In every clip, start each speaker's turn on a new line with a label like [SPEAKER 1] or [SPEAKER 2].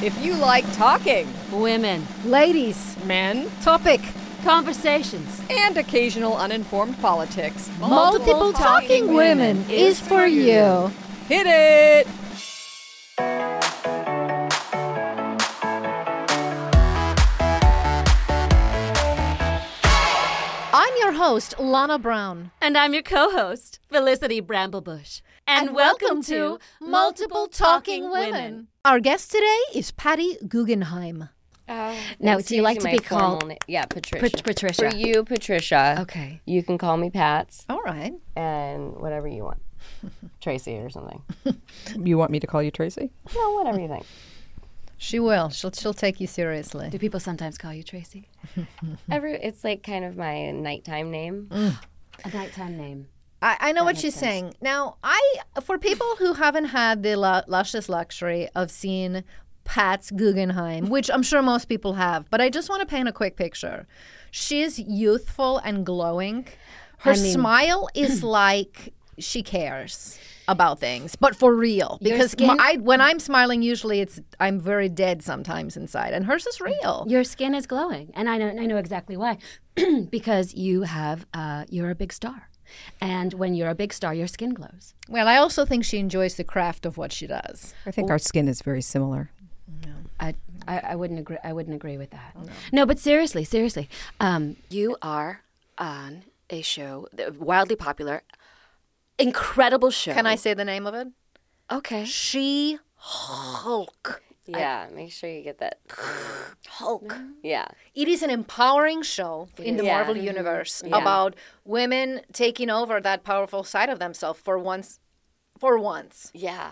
[SPEAKER 1] If you like talking,
[SPEAKER 2] Women.
[SPEAKER 3] Ladies.
[SPEAKER 1] men,
[SPEAKER 3] Topic.
[SPEAKER 2] Conversations.
[SPEAKER 1] and occasional uninformed politics,
[SPEAKER 3] Multiple, talking, women is for you.
[SPEAKER 1] Hit it!
[SPEAKER 3] I'm your host, Lana Brown.
[SPEAKER 2] And I'm your co host, Felicity Bramblebush. And,
[SPEAKER 3] Our guest today is Patty Guggenheim.
[SPEAKER 4] Now,
[SPEAKER 5] do you like to be called-
[SPEAKER 4] yeah, Patricia.
[SPEAKER 5] Pat- Patricia.
[SPEAKER 4] For you, Patricia.
[SPEAKER 5] Okay.
[SPEAKER 4] You can call me Pats
[SPEAKER 3] All right.
[SPEAKER 4] and whatever you want, Tracy or something.
[SPEAKER 1] You want me to call you Tracy?
[SPEAKER 4] No, whatever you think.
[SPEAKER 3] She will. She'll she'll take you seriously.
[SPEAKER 5] Do people sometimes call you Tracy?
[SPEAKER 4] Every it's like kind of my nighttime name.
[SPEAKER 5] A nighttime name.
[SPEAKER 3] I, I know what she's saying. Now, I for people who haven't had the lu- luscious luxury of seeing Pat's Guggenheim, which I'm sure most people have, but I just want to paint a quick picture. She's youthful and glowing. Her smile is like she cares about things, but for real. Because my-
[SPEAKER 5] skin-
[SPEAKER 3] I, when I'm smiling, usually it's I'm very dead sometimes inside, and hers is real.
[SPEAKER 5] Your skin is glowing, and I know I know exactly why, because you have uh, you're a big star, and when you're a big star, your skin glows.
[SPEAKER 3] Well, I also think she enjoys the craft of what she does.
[SPEAKER 6] I think our skin is very similar.
[SPEAKER 5] I, I, I wouldn't agree. I wouldn't agree with that. Oh, No, but seriously, seriously, um, you are on a show, that- wildly popular, incredible show.
[SPEAKER 3] Can I say the name of it?
[SPEAKER 5] Okay.
[SPEAKER 3] She Hulk.
[SPEAKER 4] Yeah, make sure you get that.
[SPEAKER 3] Hulk.
[SPEAKER 4] Yeah.
[SPEAKER 3] It is an empowering show in the
[SPEAKER 4] is. Yeah.
[SPEAKER 3] Marvel Universe about women taking over that powerful side of themselves for once. For once.
[SPEAKER 4] Yeah.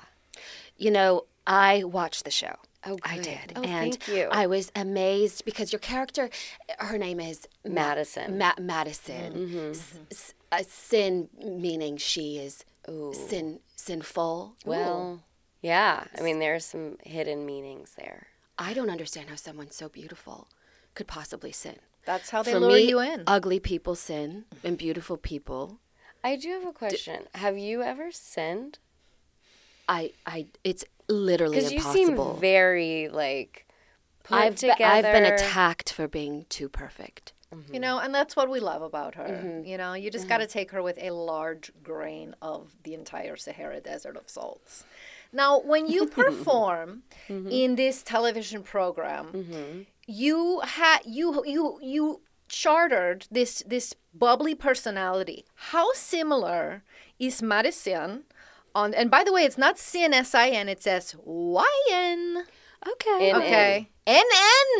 [SPEAKER 5] You know, I watched the show.
[SPEAKER 4] Oh,
[SPEAKER 5] I
[SPEAKER 4] good.
[SPEAKER 5] did.
[SPEAKER 4] Oh,
[SPEAKER 5] and
[SPEAKER 4] thank you.
[SPEAKER 5] I was amazed because your character, her name is Ma-
[SPEAKER 4] Madison. Mm-hmm.
[SPEAKER 5] Ma- Madison. S- s- uh, sin meaning she is sin sinful.
[SPEAKER 4] Well, yeah. I mean, there's some hidden meanings there.
[SPEAKER 5] I don't understand how someone so beautiful could possibly sin.
[SPEAKER 3] That's how they
[SPEAKER 5] For
[SPEAKER 3] lure
[SPEAKER 5] me,
[SPEAKER 3] you in.
[SPEAKER 5] ugly people sin and beautiful people.
[SPEAKER 4] I do have a question. have you ever sinned?
[SPEAKER 5] I, I, it's literally
[SPEAKER 4] Because you
[SPEAKER 5] impossible.
[SPEAKER 4] seem very like put
[SPEAKER 5] I've, be-
[SPEAKER 4] together.
[SPEAKER 5] I've been attacked for being too perfect.
[SPEAKER 3] you know, and that's what we love about her. You know, you just got to take her with a large grain of the entire Sahara Desert of salts. Now, when you perform in this television program, you had you you you chartered this this bubbly personality. How similar is Madison? On, and by the way, it's not C N S I N; it's S Y N.
[SPEAKER 5] Okay.
[SPEAKER 4] In-
[SPEAKER 3] Okay, N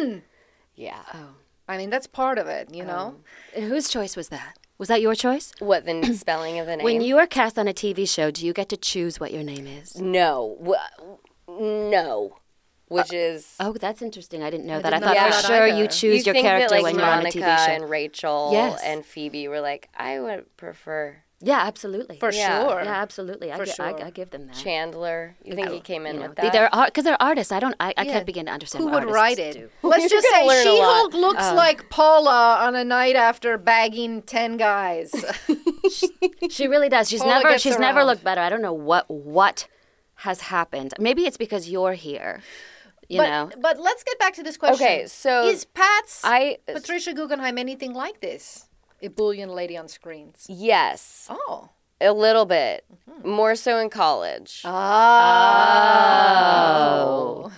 [SPEAKER 3] N.
[SPEAKER 4] Yeah.
[SPEAKER 3] I mean, that's part of it, you know.
[SPEAKER 5] And whose choice was that? Was that your choice?
[SPEAKER 4] What the n- spelling of the name?
[SPEAKER 5] When you are cast on a TV show, do you get to choose what your name is?
[SPEAKER 4] No. Wh- No. Which is.
[SPEAKER 5] Oh, that's interesting. I didn't know that. I
[SPEAKER 3] know
[SPEAKER 5] thought
[SPEAKER 4] that
[SPEAKER 5] for sure
[SPEAKER 3] either.
[SPEAKER 5] you choose your
[SPEAKER 4] think
[SPEAKER 5] character
[SPEAKER 4] that, like,
[SPEAKER 5] when you're on a
[SPEAKER 4] Monica
[SPEAKER 5] TV show.
[SPEAKER 4] and Rachel
[SPEAKER 5] Yes.
[SPEAKER 4] and Phoebe were like, I would prefer
[SPEAKER 5] yeah, absolutely.
[SPEAKER 3] For
[SPEAKER 4] Yeah.
[SPEAKER 3] sure.
[SPEAKER 5] Yeah, absolutely. I,
[SPEAKER 3] For
[SPEAKER 5] gi- I,
[SPEAKER 3] sure.
[SPEAKER 5] I give them that.
[SPEAKER 4] Chandler. You think he came in
[SPEAKER 5] Oh, You know,
[SPEAKER 4] with
[SPEAKER 5] they-
[SPEAKER 4] that?
[SPEAKER 5] they're art because they're artists. I don't. I, I
[SPEAKER 3] Yeah.
[SPEAKER 5] can't begin to understand.
[SPEAKER 3] Who
[SPEAKER 5] what
[SPEAKER 3] would
[SPEAKER 5] artists
[SPEAKER 3] write it?
[SPEAKER 5] do. Um,
[SPEAKER 3] Let's
[SPEAKER 4] You're
[SPEAKER 3] just
[SPEAKER 4] gonna
[SPEAKER 3] say
[SPEAKER 4] learn a
[SPEAKER 3] She
[SPEAKER 4] lot.
[SPEAKER 3] Hulk looks like Paula on a night after bagging 10 guys.
[SPEAKER 5] She really does. She's
[SPEAKER 3] Paula
[SPEAKER 5] never.
[SPEAKER 3] gets
[SPEAKER 5] She's never
[SPEAKER 3] around.
[SPEAKER 5] looked better. I don't know what what has happened. Maybe it's because you're here. You
[SPEAKER 3] but,
[SPEAKER 5] know.
[SPEAKER 3] but let's get back to this question.
[SPEAKER 4] Okay, so
[SPEAKER 3] Is Pat's
[SPEAKER 4] I-
[SPEAKER 3] Patricia Guggenheim anything like this? A bullion lady on screens.
[SPEAKER 4] yes,
[SPEAKER 3] Oh.
[SPEAKER 4] a little bit.
[SPEAKER 5] Mm-hmm.
[SPEAKER 4] More so in college.
[SPEAKER 3] Ah.
[SPEAKER 5] Ah.
[SPEAKER 3] Oh.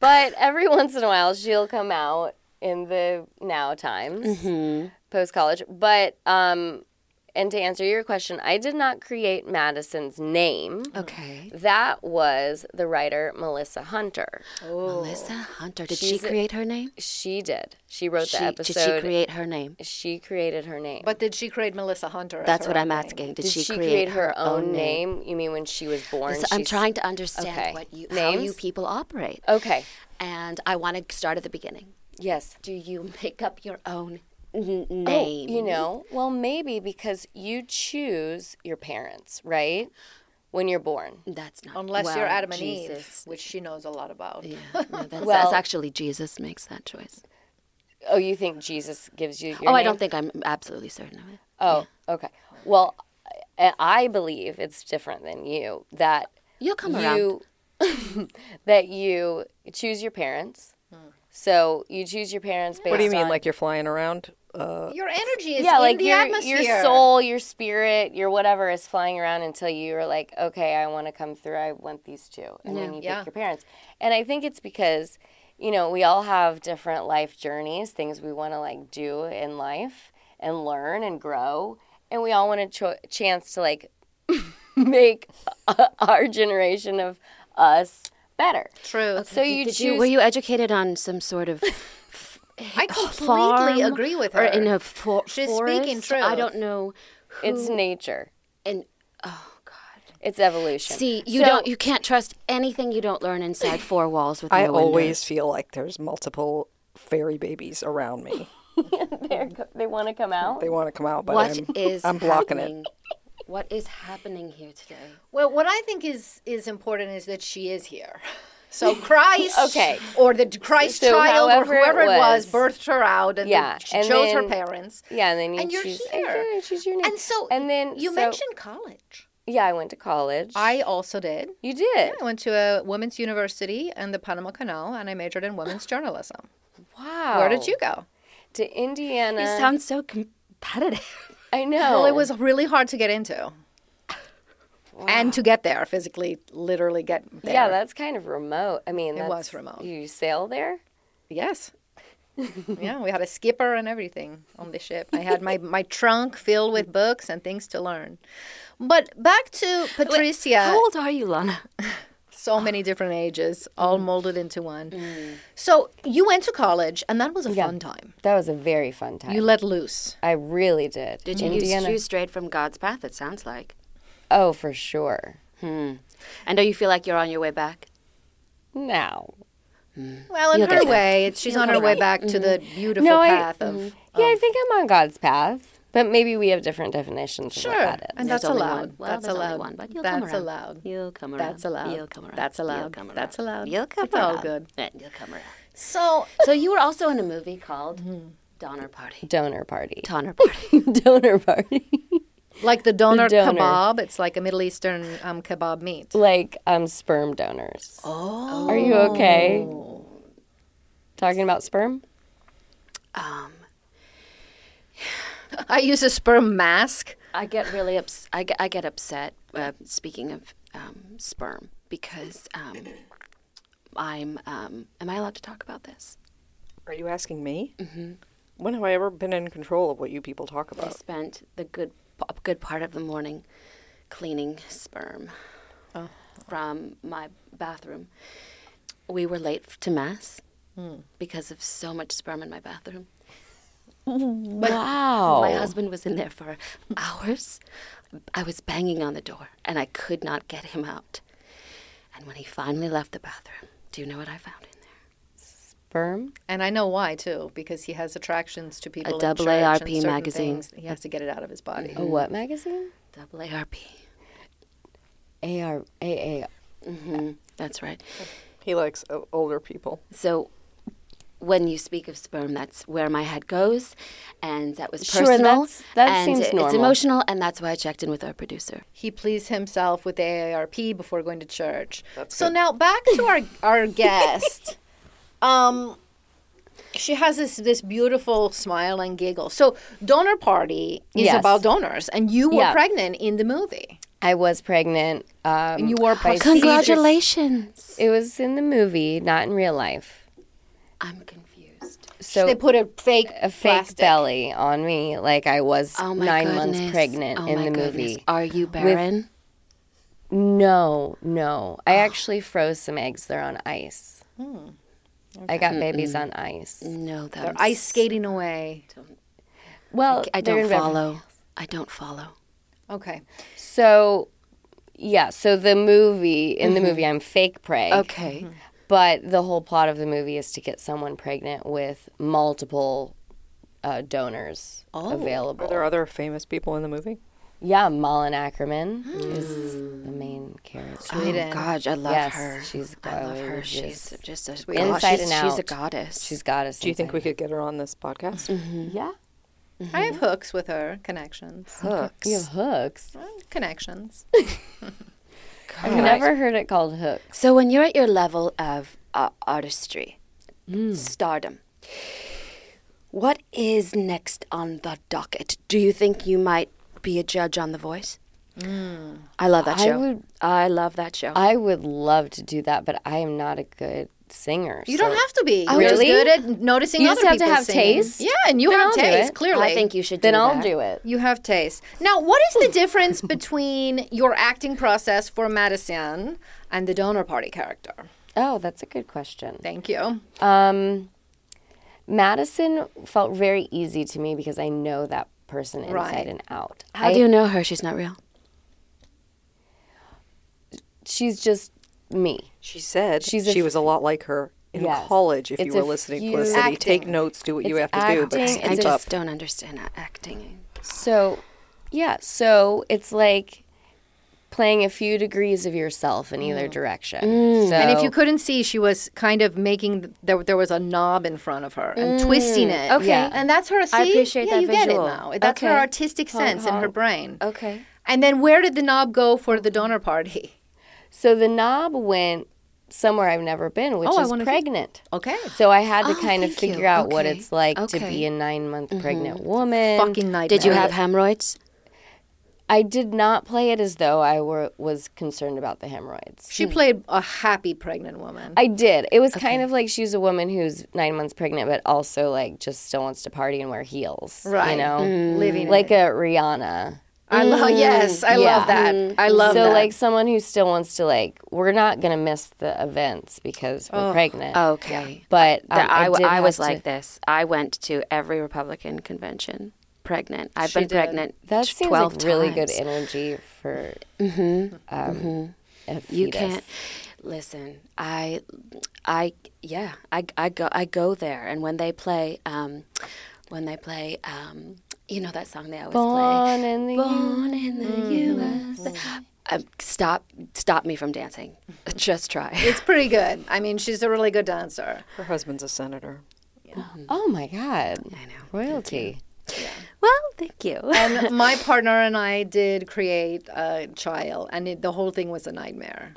[SPEAKER 4] But every once in a while, she'll come out in the now times,
[SPEAKER 5] Mm-hmm.
[SPEAKER 4] post college. But, um, and to answer your question, I did not create Madison's name.
[SPEAKER 5] Okay.
[SPEAKER 4] That was the writer Melissa Hunter.
[SPEAKER 5] Melissa Hunter. Did she create her name?
[SPEAKER 4] She did. She wrote
[SPEAKER 5] She,
[SPEAKER 4] the
[SPEAKER 5] did
[SPEAKER 4] episode.
[SPEAKER 5] she create her name?
[SPEAKER 4] She created her name.
[SPEAKER 3] But did she create Melissa Hunter? as
[SPEAKER 5] That's
[SPEAKER 3] her
[SPEAKER 5] what I'm
[SPEAKER 3] own name?
[SPEAKER 5] asking. Did,
[SPEAKER 4] did she, create, her own, name? You mean when she was born?
[SPEAKER 5] So I'm
[SPEAKER 4] she's-
[SPEAKER 5] trying to understand
[SPEAKER 4] Okay.
[SPEAKER 5] what you, how
[SPEAKER 4] Names? Oh.
[SPEAKER 5] you people operate.
[SPEAKER 4] Okay.
[SPEAKER 5] And I want to start at the beginning.
[SPEAKER 4] Yes.
[SPEAKER 5] Do you make up your own n- name?
[SPEAKER 4] You know, well, maybe because you choose your parents, right? When you're born.
[SPEAKER 5] That's not
[SPEAKER 3] Unless
[SPEAKER 5] well,
[SPEAKER 3] you're Adam and
[SPEAKER 5] Jesus.
[SPEAKER 3] Eve, which she knows a lot about.
[SPEAKER 5] Yeah, no, that's,
[SPEAKER 4] Well-
[SPEAKER 5] that's actually Jesus makes that choice.
[SPEAKER 4] Oh, you think Jesus gives you your
[SPEAKER 5] oh, I
[SPEAKER 4] name?
[SPEAKER 5] don't think I'm absolutely certain of it.
[SPEAKER 4] Oh, okay. Well, I I believe it's different than you that
[SPEAKER 5] You'll come
[SPEAKER 4] you
[SPEAKER 5] around.
[SPEAKER 4] that you choose your parents. So you choose your parents based
[SPEAKER 1] What do you mean?
[SPEAKER 4] on-
[SPEAKER 1] Like you're flying around? Uh,
[SPEAKER 3] Your energy is
[SPEAKER 4] yeah,
[SPEAKER 3] in
[SPEAKER 4] like
[SPEAKER 3] the
[SPEAKER 4] your
[SPEAKER 3] atmosphere.
[SPEAKER 4] your soul, your spirit, your whatever is flying around until you are like, okay, I want to come through. I want these two, and then you
[SPEAKER 3] Yeah.
[SPEAKER 4] pick your parents. And I think it's because you know we all have different life journeys, things we want to like do in life and learn and grow, and we all want a cho- chance to like make uh, our generation of us better.
[SPEAKER 3] Truth.
[SPEAKER 4] So you
[SPEAKER 5] Did
[SPEAKER 4] choose.
[SPEAKER 5] you were you educated on some sort of
[SPEAKER 3] I
[SPEAKER 5] farm
[SPEAKER 3] completely agree with her.
[SPEAKER 5] or in a for-
[SPEAKER 3] She's
[SPEAKER 5] forest?
[SPEAKER 3] speaking
[SPEAKER 5] I
[SPEAKER 3] truth.
[SPEAKER 5] don't know. Who,
[SPEAKER 4] it's nature.
[SPEAKER 5] and oh god.
[SPEAKER 4] It's evolution.
[SPEAKER 5] See, you
[SPEAKER 4] So-
[SPEAKER 5] don't you can't trust anything you don't learn inside four walls with
[SPEAKER 1] I
[SPEAKER 5] no
[SPEAKER 1] always feel like there's multiple fairy babies around me.
[SPEAKER 4] They're go- they want to come out.
[SPEAKER 1] They want to come out, but
[SPEAKER 5] windows.
[SPEAKER 1] I'm,
[SPEAKER 5] What is
[SPEAKER 1] I'm blocking
[SPEAKER 5] happening? What is happening here today?
[SPEAKER 3] Well, what I think is is important is that she is here. So Christ,
[SPEAKER 4] Okay.
[SPEAKER 3] or the Christ
[SPEAKER 4] So
[SPEAKER 3] child, or
[SPEAKER 4] however it
[SPEAKER 3] whoever it was,
[SPEAKER 4] was.
[SPEAKER 3] birthed her out, and
[SPEAKER 4] Yeah,
[SPEAKER 3] yeah, she
[SPEAKER 4] and
[SPEAKER 3] chose her
[SPEAKER 4] then-
[SPEAKER 3] parents.
[SPEAKER 4] Yeah, and then you
[SPEAKER 3] And you're
[SPEAKER 4] choose,
[SPEAKER 3] here.
[SPEAKER 4] yeah, you choose your name.
[SPEAKER 3] And so,
[SPEAKER 4] and then
[SPEAKER 3] you
[SPEAKER 4] so-
[SPEAKER 3] mentioned college.
[SPEAKER 4] yeah, I went to college.
[SPEAKER 3] I also did.
[SPEAKER 4] you did.
[SPEAKER 3] I went to a women's university in the Panama Canal, and I majored in women's journalism.
[SPEAKER 4] Wow.
[SPEAKER 3] Where did you go?
[SPEAKER 4] To Indiana.
[SPEAKER 5] You sound so competitive.
[SPEAKER 4] I know.
[SPEAKER 3] Well, it was really hard to get into, and to get there physically, literally get there.
[SPEAKER 4] Yeah, that's kind of remote. I mean,
[SPEAKER 3] It was
[SPEAKER 4] that's-
[SPEAKER 3] remote.
[SPEAKER 4] You sail there.
[SPEAKER 3] Yes. yeah, we had a skipper and everything on the ship. I had my, my trunk filled with books and things to learn. But back to Patricia.
[SPEAKER 5] How old are you, Lana?
[SPEAKER 3] so many different ages, all molded into one. So you went to college, and that was a fun time.
[SPEAKER 4] That was a very fun time.
[SPEAKER 3] You let loose.
[SPEAKER 4] I really did.
[SPEAKER 5] Did you
[SPEAKER 4] Indiana?
[SPEAKER 5] you strayed from God's path? It sounds like.
[SPEAKER 4] oh, for sure.
[SPEAKER 5] And do you feel like you're on your way back?
[SPEAKER 4] Now.
[SPEAKER 3] Well, in
[SPEAKER 5] You'll
[SPEAKER 3] her
[SPEAKER 5] get there.
[SPEAKER 3] way, it's, she's on her way back to the beautiful
[SPEAKER 4] No, I-
[SPEAKER 3] path of.
[SPEAKER 4] Yeah, I think I'm on God's path, but maybe we have different definitions
[SPEAKER 3] Sure,
[SPEAKER 4] of what that is.
[SPEAKER 3] and that's
[SPEAKER 5] There's only
[SPEAKER 3] allowed.
[SPEAKER 5] one. Well,
[SPEAKER 3] that's
[SPEAKER 5] there's only
[SPEAKER 3] allowed.
[SPEAKER 5] one, but you'll come
[SPEAKER 3] that's
[SPEAKER 5] around.
[SPEAKER 3] allowed.
[SPEAKER 5] You'll come around.
[SPEAKER 3] That's allowed.
[SPEAKER 5] You'll come around.
[SPEAKER 3] That's
[SPEAKER 5] You'll
[SPEAKER 3] allowed.
[SPEAKER 5] come around.
[SPEAKER 3] That's allowed.
[SPEAKER 5] You'll come
[SPEAKER 3] It's all
[SPEAKER 5] around.
[SPEAKER 3] good.
[SPEAKER 5] Yeah, You'll come around.
[SPEAKER 3] So
[SPEAKER 5] So you were also in a movie called Donner Party.
[SPEAKER 4] Donor party.
[SPEAKER 5] Donner Party.
[SPEAKER 4] Donor party.
[SPEAKER 3] like the donor,
[SPEAKER 4] donor.
[SPEAKER 3] kebab. It's like a Middle Eastern um, kebab meat.
[SPEAKER 4] like um, sperm donors. Oh. Are you okay?
[SPEAKER 5] Oh.
[SPEAKER 4] Talking about sperm?
[SPEAKER 3] I use a sperm mask.
[SPEAKER 5] I get really ups- I get, I get upset. Uh, speaking of um, sperm, because um, I'm. Um, am I allowed to talk about this?
[SPEAKER 1] Are you asking me? Mm-hmm. When have I ever been in control of what you people talk
[SPEAKER 5] I
[SPEAKER 1] about?
[SPEAKER 5] spent the good a good part of the morning cleaning sperm from my bathroom. We were late f- to mass because of so much sperm in my bathroom.
[SPEAKER 4] Wow.
[SPEAKER 5] My husband was in there for hours. I was banging on the door and I could not get him out. And when he finally left the bathroom, do you know what I found in there?
[SPEAKER 4] sperm?
[SPEAKER 3] And I know why too, because he has attractions to people. in
[SPEAKER 5] double
[SPEAKER 3] church and
[SPEAKER 5] AARP
[SPEAKER 3] certain
[SPEAKER 5] magazine.
[SPEAKER 3] things. He has to get it out of his body.
[SPEAKER 4] A what magazine?
[SPEAKER 5] AARP.
[SPEAKER 4] AR AA.
[SPEAKER 5] That's right.
[SPEAKER 1] He likes o- older people.
[SPEAKER 5] So when you speak of sperm, that's where my head goes, and that was
[SPEAKER 4] Sure,
[SPEAKER 5] personal.
[SPEAKER 4] that's- that
[SPEAKER 5] and
[SPEAKER 4] seems
[SPEAKER 5] it-
[SPEAKER 4] normal.
[SPEAKER 5] It's emotional, and that's why I checked in with our producer.
[SPEAKER 3] He pleased himself with the AARP before going to church. so now back to our our guest. Um, she has this this beautiful smile and giggle. So donor party is
[SPEAKER 4] Yes.
[SPEAKER 3] about donors, and you were
[SPEAKER 4] Yeah.
[SPEAKER 3] pregnant in the movie,
[SPEAKER 4] I was pregnant. Um,
[SPEAKER 3] and you were
[SPEAKER 4] by
[SPEAKER 3] procedures-
[SPEAKER 5] Congratulations!
[SPEAKER 4] It was in the movie, not in real life.
[SPEAKER 5] I'm confused.
[SPEAKER 4] So
[SPEAKER 3] They put a fake
[SPEAKER 4] a
[SPEAKER 3] plastic.
[SPEAKER 4] fake belly on me, like I was
[SPEAKER 5] Oh
[SPEAKER 4] nine
[SPEAKER 5] my
[SPEAKER 4] months
[SPEAKER 5] goodness.
[SPEAKER 4] pregnant
[SPEAKER 5] Oh
[SPEAKER 4] in
[SPEAKER 5] my
[SPEAKER 4] the
[SPEAKER 5] goodness.
[SPEAKER 4] movie.
[SPEAKER 5] Are you barren?
[SPEAKER 4] No, no. I actually froze some eggs. They're on ice.
[SPEAKER 5] Hmm.
[SPEAKER 4] I got babies on ice.
[SPEAKER 5] no, that
[SPEAKER 3] They're
[SPEAKER 5] was-
[SPEAKER 3] ice skating away.
[SPEAKER 4] Well,
[SPEAKER 5] I
[SPEAKER 4] they're
[SPEAKER 5] don't
[SPEAKER 4] in Beverly
[SPEAKER 5] follow. I don't follow.
[SPEAKER 3] Okay.
[SPEAKER 4] So, yeah. So the movie in the movie, I'm fake preg.
[SPEAKER 5] Okay.
[SPEAKER 4] Mm-hmm. But the whole plot of the movie is to get someone pregnant with multiple uh, donors available.
[SPEAKER 1] Are there other famous people in the movie?
[SPEAKER 4] yeah, Malin Ackerman is the main character.
[SPEAKER 5] Oh gosh, I love
[SPEAKER 4] Yes,
[SPEAKER 5] her.
[SPEAKER 4] she's
[SPEAKER 5] I love her.
[SPEAKER 4] gorgeous.
[SPEAKER 5] She's just a
[SPEAKER 4] Inside
[SPEAKER 5] god- she's,
[SPEAKER 4] and
[SPEAKER 5] she's a
[SPEAKER 4] out.
[SPEAKER 5] goddess.
[SPEAKER 4] She's goddess.
[SPEAKER 1] Do you think we could get her on this podcast?
[SPEAKER 5] Mm-hmm.
[SPEAKER 4] Yeah. Mm-hmm.
[SPEAKER 3] I have hooks with her connections.
[SPEAKER 4] Hooks. You have hooks.
[SPEAKER 3] Connections.
[SPEAKER 4] I've never heard it called hooks.
[SPEAKER 5] So when you're at your level of uh, artistry,
[SPEAKER 4] Mm.
[SPEAKER 5] stardom, what is next on the docket? Do you think you might be a judge on The Voice? I love that
[SPEAKER 4] Mm. I
[SPEAKER 5] show. I,
[SPEAKER 4] would-
[SPEAKER 5] love that show.
[SPEAKER 4] I would love to do that, but I am not a good singer.
[SPEAKER 3] You
[SPEAKER 4] so-
[SPEAKER 3] don't have to be. You're
[SPEAKER 4] Really?
[SPEAKER 3] just good at noticing
[SPEAKER 4] You
[SPEAKER 3] other
[SPEAKER 4] just have to
[SPEAKER 3] people's
[SPEAKER 4] have
[SPEAKER 3] singing.
[SPEAKER 4] taste?
[SPEAKER 3] Yeah, and you
[SPEAKER 4] Then
[SPEAKER 3] have
[SPEAKER 4] I'll do
[SPEAKER 3] taste,
[SPEAKER 4] it. Oh,
[SPEAKER 3] clearly.
[SPEAKER 5] I think you should.
[SPEAKER 4] Then
[SPEAKER 5] do
[SPEAKER 4] I'll
[SPEAKER 5] that.
[SPEAKER 4] do it.
[SPEAKER 3] You have taste. Now, what is the difference between your acting process for Madison and the donor party character?
[SPEAKER 4] Oh, that's a good question.
[SPEAKER 3] Thank you.
[SPEAKER 4] Um, Madison felt very easy to me because I know that person inside
[SPEAKER 3] Right.
[SPEAKER 4] and out.
[SPEAKER 5] How
[SPEAKER 4] I,
[SPEAKER 5] do you know her? She's not real.
[SPEAKER 4] she's just me.
[SPEAKER 1] She said
[SPEAKER 4] She's a
[SPEAKER 1] she
[SPEAKER 4] f-
[SPEAKER 1] was a lot like her in
[SPEAKER 4] Yes.
[SPEAKER 1] college. If
[SPEAKER 4] It's
[SPEAKER 1] you
[SPEAKER 4] a
[SPEAKER 1] were listening,
[SPEAKER 4] few-
[SPEAKER 1] Felicity,
[SPEAKER 4] Acting.
[SPEAKER 1] take notes, do what you have
[SPEAKER 4] It's
[SPEAKER 1] to do, but
[SPEAKER 4] acting,
[SPEAKER 1] keep
[SPEAKER 5] I
[SPEAKER 4] it's
[SPEAKER 5] just
[SPEAKER 1] up.
[SPEAKER 5] don't understand a- acting.
[SPEAKER 4] So, yeah, so it's like playing a few degrees of yourself in either direction. So,
[SPEAKER 3] And if you couldn't see, she was kind of making th- there. There was a knob in front of her and twisting it.
[SPEAKER 5] Okay. Yeah.
[SPEAKER 3] and that's her. See?
[SPEAKER 5] appreciate
[SPEAKER 3] yeah,
[SPEAKER 5] that
[SPEAKER 3] you get it
[SPEAKER 5] visual.
[SPEAKER 3] now. That's her
[SPEAKER 5] Okay.
[SPEAKER 3] artistic sense in her brain.
[SPEAKER 5] Okay.
[SPEAKER 3] And then where did the knob go for the donor party?
[SPEAKER 4] so the knob went somewhere I've never been, which
[SPEAKER 3] Oh, I
[SPEAKER 4] is
[SPEAKER 3] wanna hear-
[SPEAKER 4] pregnant.
[SPEAKER 3] Okay,
[SPEAKER 4] So I had to kind of
[SPEAKER 5] thank you.
[SPEAKER 4] figure out what
[SPEAKER 5] Okay.
[SPEAKER 4] it's like to
[SPEAKER 5] Okay.
[SPEAKER 4] be a nine month pregnant woman.
[SPEAKER 3] fucking nightmare.
[SPEAKER 5] Did you have hemorrhoids?
[SPEAKER 4] I did not play it as though I were was concerned about the hemorrhoids.
[SPEAKER 3] She played a happy pregnant woman.
[SPEAKER 4] I did. It was kind of like she's a woman who's nine months pregnant, but also like just still wants to party and wear heels.
[SPEAKER 3] Right.
[SPEAKER 4] You know,
[SPEAKER 5] Mm.
[SPEAKER 3] Living it.
[SPEAKER 4] like a Rihanna.
[SPEAKER 3] I love. Yes, I love that. I love
[SPEAKER 4] Hmm. so
[SPEAKER 3] that.
[SPEAKER 4] like someone who still wants to like we're not gonna miss the events because we're pregnant.
[SPEAKER 5] Okay.
[SPEAKER 4] But um,
[SPEAKER 5] Oh, That I,
[SPEAKER 4] I,
[SPEAKER 5] w-
[SPEAKER 4] did
[SPEAKER 5] I
[SPEAKER 4] have
[SPEAKER 5] was
[SPEAKER 4] to-
[SPEAKER 5] like this. I went to every Republican convention pregnant. I've been
[SPEAKER 3] did.
[SPEAKER 5] pregnant
[SPEAKER 4] that
[SPEAKER 5] t-
[SPEAKER 4] seems
[SPEAKER 5] 12
[SPEAKER 4] like really good
[SPEAKER 5] times. Mm-hmm.
[SPEAKER 4] energy for um, a
[SPEAKER 5] You
[SPEAKER 4] fetus.
[SPEAKER 5] can't listen. I I yeah, I, I go I go there and when they play um when they play um you know that song they always
[SPEAKER 4] Born
[SPEAKER 5] play
[SPEAKER 4] in the
[SPEAKER 5] Born in the USA. Um, stop stop me from dancing. Just try.
[SPEAKER 3] it's pretty good. I mean, she's a really good dancer.
[SPEAKER 1] Her husband's a senator.
[SPEAKER 4] Oh my god. I
[SPEAKER 5] know.
[SPEAKER 4] Royalty.
[SPEAKER 5] well, thank you.
[SPEAKER 3] And my partner and I did create a child, and it, the whole thing was a nightmare.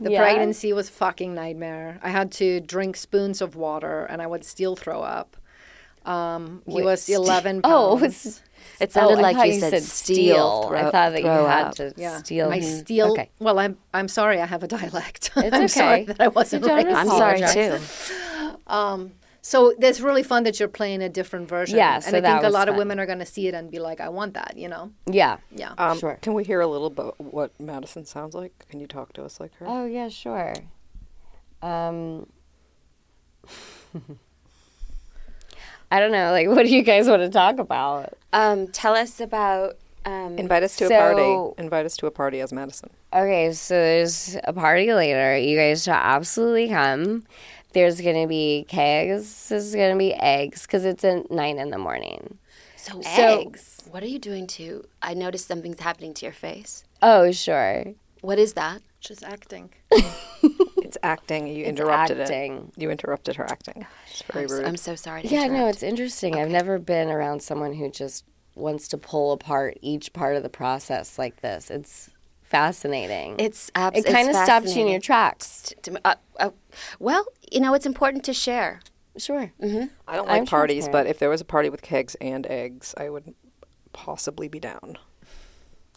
[SPEAKER 3] The
[SPEAKER 4] Yeah?
[SPEAKER 3] pregnancy was fucking nightmare. I had to drink spoons of water, and I would still throw up. Um, he was eleven pounds.
[SPEAKER 4] Oh, it's
[SPEAKER 5] It sounded
[SPEAKER 4] Oh, I
[SPEAKER 5] like
[SPEAKER 4] thought
[SPEAKER 5] you, said, steal.
[SPEAKER 4] I
[SPEAKER 5] throw-
[SPEAKER 4] thought that you
[SPEAKER 5] throw
[SPEAKER 4] had
[SPEAKER 5] up.
[SPEAKER 4] to
[SPEAKER 3] yeah,
[SPEAKER 4] steal.
[SPEAKER 3] My
[SPEAKER 4] Mhm.
[SPEAKER 3] steel.
[SPEAKER 4] Okay.
[SPEAKER 3] Well, I'm I'm sorry. I have a dialect. It's I'm
[SPEAKER 4] okay.
[SPEAKER 3] sorry that I
[SPEAKER 4] You
[SPEAKER 3] wasn't.
[SPEAKER 4] don't
[SPEAKER 3] raised-
[SPEAKER 5] I'm sorry too.
[SPEAKER 4] Apologize.
[SPEAKER 3] Um, So that's really fun that you're playing a different version.
[SPEAKER 4] Yeah,
[SPEAKER 3] and
[SPEAKER 4] so
[SPEAKER 3] I think
[SPEAKER 4] that
[SPEAKER 3] a
[SPEAKER 4] was
[SPEAKER 3] lot of
[SPEAKER 4] fun.
[SPEAKER 3] women are going to see it and be like, "I want that," you know?
[SPEAKER 4] Yeah.
[SPEAKER 3] Yeah.
[SPEAKER 1] Um,
[SPEAKER 4] Sure.
[SPEAKER 1] Can we hear a little bit what Madison sounds like? Can you talk to us like her?
[SPEAKER 4] Oh yeah, sure. Um, I don't know. Like, what do you guys want to talk about?
[SPEAKER 5] Um, tell us about um,
[SPEAKER 1] Invite us to a
[SPEAKER 4] so-
[SPEAKER 1] party. Invite us to a party as Madison.
[SPEAKER 4] Okay, so there's a party later. You guys should absolutely come. There's gonna be kegs. There's gonna be eggs because it's at nine in the morning.
[SPEAKER 5] so
[SPEAKER 4] eggs.
[SPEAKER 5] What are you doing to? I noticed something's happening to your face.
[SPEAKER 4] Oh sure.
[SPEAKER 5] What is that?
[SPEAKER 3] She's acting.
[SPEAKER 1] It's acting. You interrupted
[SPEAKER 4] acting.
[SPEAKER 1] it. You interrupted her acting. It's very
[SPEAKER 5] I'm so,
[SPEAKER 1] rude.
[SPEAKER 5] I'm so sorry. To
[SPEAKER 4] Yeah, no,
[SPEAKER 5] interrupt.
[SPEAKER 4] it's interesting. I've never been around someone who just wants to pull apart each part of the process like this. It's fascinating.
[SPEAKER 5] It's abs-
[SPEAKER 4] it kind of
[SPEAKER 5] it's
[SPEAKER 4] stops you in
[SPEAKER 5] fascinating.
[SPEAKER 4] your tracks.
[SPEAKER 5] To me- uh, uh, well, you know, it's important to share.
[SPEAKER 4] Sure.
[SPEAKER 1] I don't like
[SPEAKER 4] I'm
[SPEAKER 1] parties,
[SPEAKER 4] transparent.
[SPEAKER 1] but if there was a party with kegs and eggs, I would possibly be down.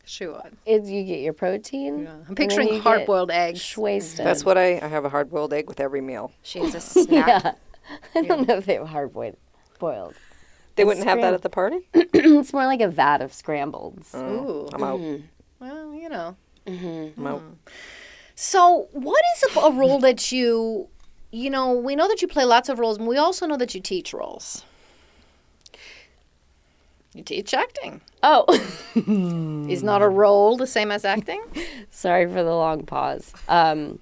[SPEAKER 3] She would.
[SPEAKER 4] It, you get your protein.
[SPEAKER 3] I'm picturing hard-boiled eggs.
[SPEAKER 4] Schwasted.
[SPEAKER 1] That's what I, I have a hard boiled egg with every meal.
[SPEAKER 5] She is a snack.
[SPEAKER 4] I don't know if they have hard boiled. Boiled. Mm,
[SPEAKER 1] They wouldn't have that at the party?
[SPEAKER 4] it's more like a vat of scrambled.
[SPEAKER 5] Mm.
[SPEAKER 3] Ooh.
[SPEAKER 1] I'm out.
[SPEAKER 3] Mm-hmm. Well, you know.
[SPEAKER 1] I'm out.
[SPEAKER 3] So, what is a, a role that you, you know, we know that you play lots of roles, and we also know that you teach roles. You teach acting.
[SPEAKER 4] Oh,
[SPEAKER 3] Is not a role the same as acting?
[SPEAKER 4] sorry for the long pause. Um,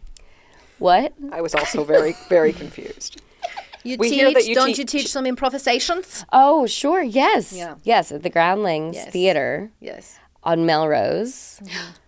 [SPEAKER 4] what?
[SPEAKER 1] I was also very, very confused.
[SPEAKER 3] You
[SPEAKER 1] We
[SPEAKER 3] teach.
[SPEAKER 1] hear that you
[SPEAKER 3] don't
[SPEAKER 1] teach-
[SPEAKER 3] you teach some improvisations?
[SPEAKER 4] Oh, sure. Yes.
[SPEAKER 3] Yeah.
[SPEAKER 4] Yes, at the Groundlings
[SPEAKER 3] Yes.
[SPEAKER 4] Theater.
[SPEAKER 3] Yes.
[SPEAKER 4] on Melrose.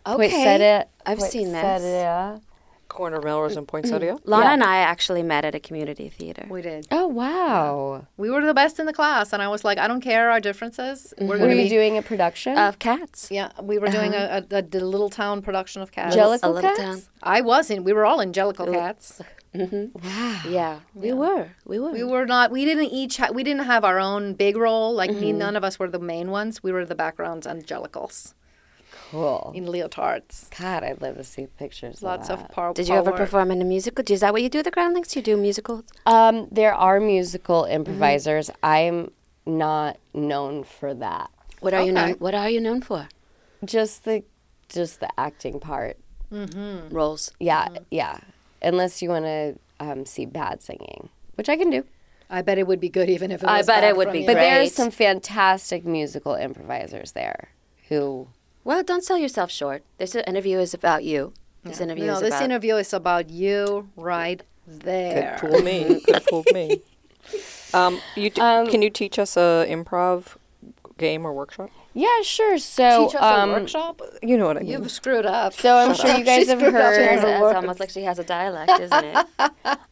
[SPEAKER 5] Okay.
[SPEAKER 4] Poinsettia.
[SPEAKER 5] I've seen this.
[SPEAKER 4] Poinsettia
[SPEAKER 1] Corner Melrose and Poinsettia.
[SPEAKER 5] Lana and I actually met at a community theater.
[SPEAKER 3] We did.
[SPEAKER 4] Oh wow.
[SPEAKER 3] We were the best in the class, and I was like, I don't care our differences. We're
[SPEAKER 4] Were
[SPEAKER 3] gonna
[SPEAKER 4] you
[SPEAKER 3] be.
[SPEAKER 4] doing a production?
[SPEAKER 5] Of cats.
[SPEAKER 3] yeah, we were doing
[SPEAKER 5] Uh-huh.
[SPEAKER 3] a, a, a the little town production of Cats.
[SPEAKER 4] Jellicle
[SPEAKER 5] a little
[SPEAKER 4] Cats?
[SPEAKER 5] town.
[SPEAKER 3] I was in. We were all in Jellicle Cats.
[SPEAKER 5] Yeah, we were. We were.
[SPEAKER 3] We were not. We didn't each. Ha- we didn't have our own big role. Like
[SPEAKER 5] Mm-hmm.
[SPEAKER 3] me, none of us were the main ones. We were the backgrounds on Jellicles
[SPEAKER 4] cool.
[SPEAKER 3] in leotards.
[SPEAKER 4] God, I'd love to see pictures.
[SPEAKER 3] Lots
[SPEAKER 4] of,
[SPEAKER 3] of
[SPEAKER 4] that.
[SPEAKER 3] par-
[SPEAKER 5] Did you ever
[SPEAKER 3] power.
[SPEAKER 5] perform in a musical? Is that what you do at the Groundlings? You do musicals?
[SPEAKER 4] Um, there are musical improvisers. I'm not known for that.
[SPEAKER 5] What are you known? What are you known for?
[SPEAKER 4] Just the, just the acting part.
[SPEAKER 5] Mm. Roles.
[SPEAKER 4] Yeah, yeah. Unless you want to um, see bad singing, which I can do.
[SPEAKER 3] I bet it would be good even if it was
[SPEAKER 5] I bet
[SPEAKER 3] bad
[SPEAKER 5] it would
[SPEAKER 3] from
[SPEAKER 5] be
[SPEAKER 3] you.
[SPEAKER 4] But there are
[SPEAKER 5] Great.
[SPEAKER 4] some fantastic musical improvisers there who
[SPEAKER 5] Well, don't sell yourself short. This interview is about you. This interview
[SPEAKER 3] No,
[SPEAKER 5] is
[SPEAKER 3] this
[SPEAKER 5] about
[SPEAKER 3] interview is about you right there.
[SPEAKER 1] Could fool me. Could fool me. Um, you d- can you teach us a improv game or workshop?
[SPEAKER 4] Yeah, sure. So,
[SPEAKER 3] Teach us
[SPEAKER 4] um,
[SPEAKER 3] a workshop.
[SPEAKER 1] You know what I mean.
[SPEAKER 3] You've screwed up.
[SPEAKER 4] so I'm sure you guys have
[SPEAKER 5] It's
[SPEAKER 4] heard.
[SPEAKER 5] almost like she has a dialect, isn't it?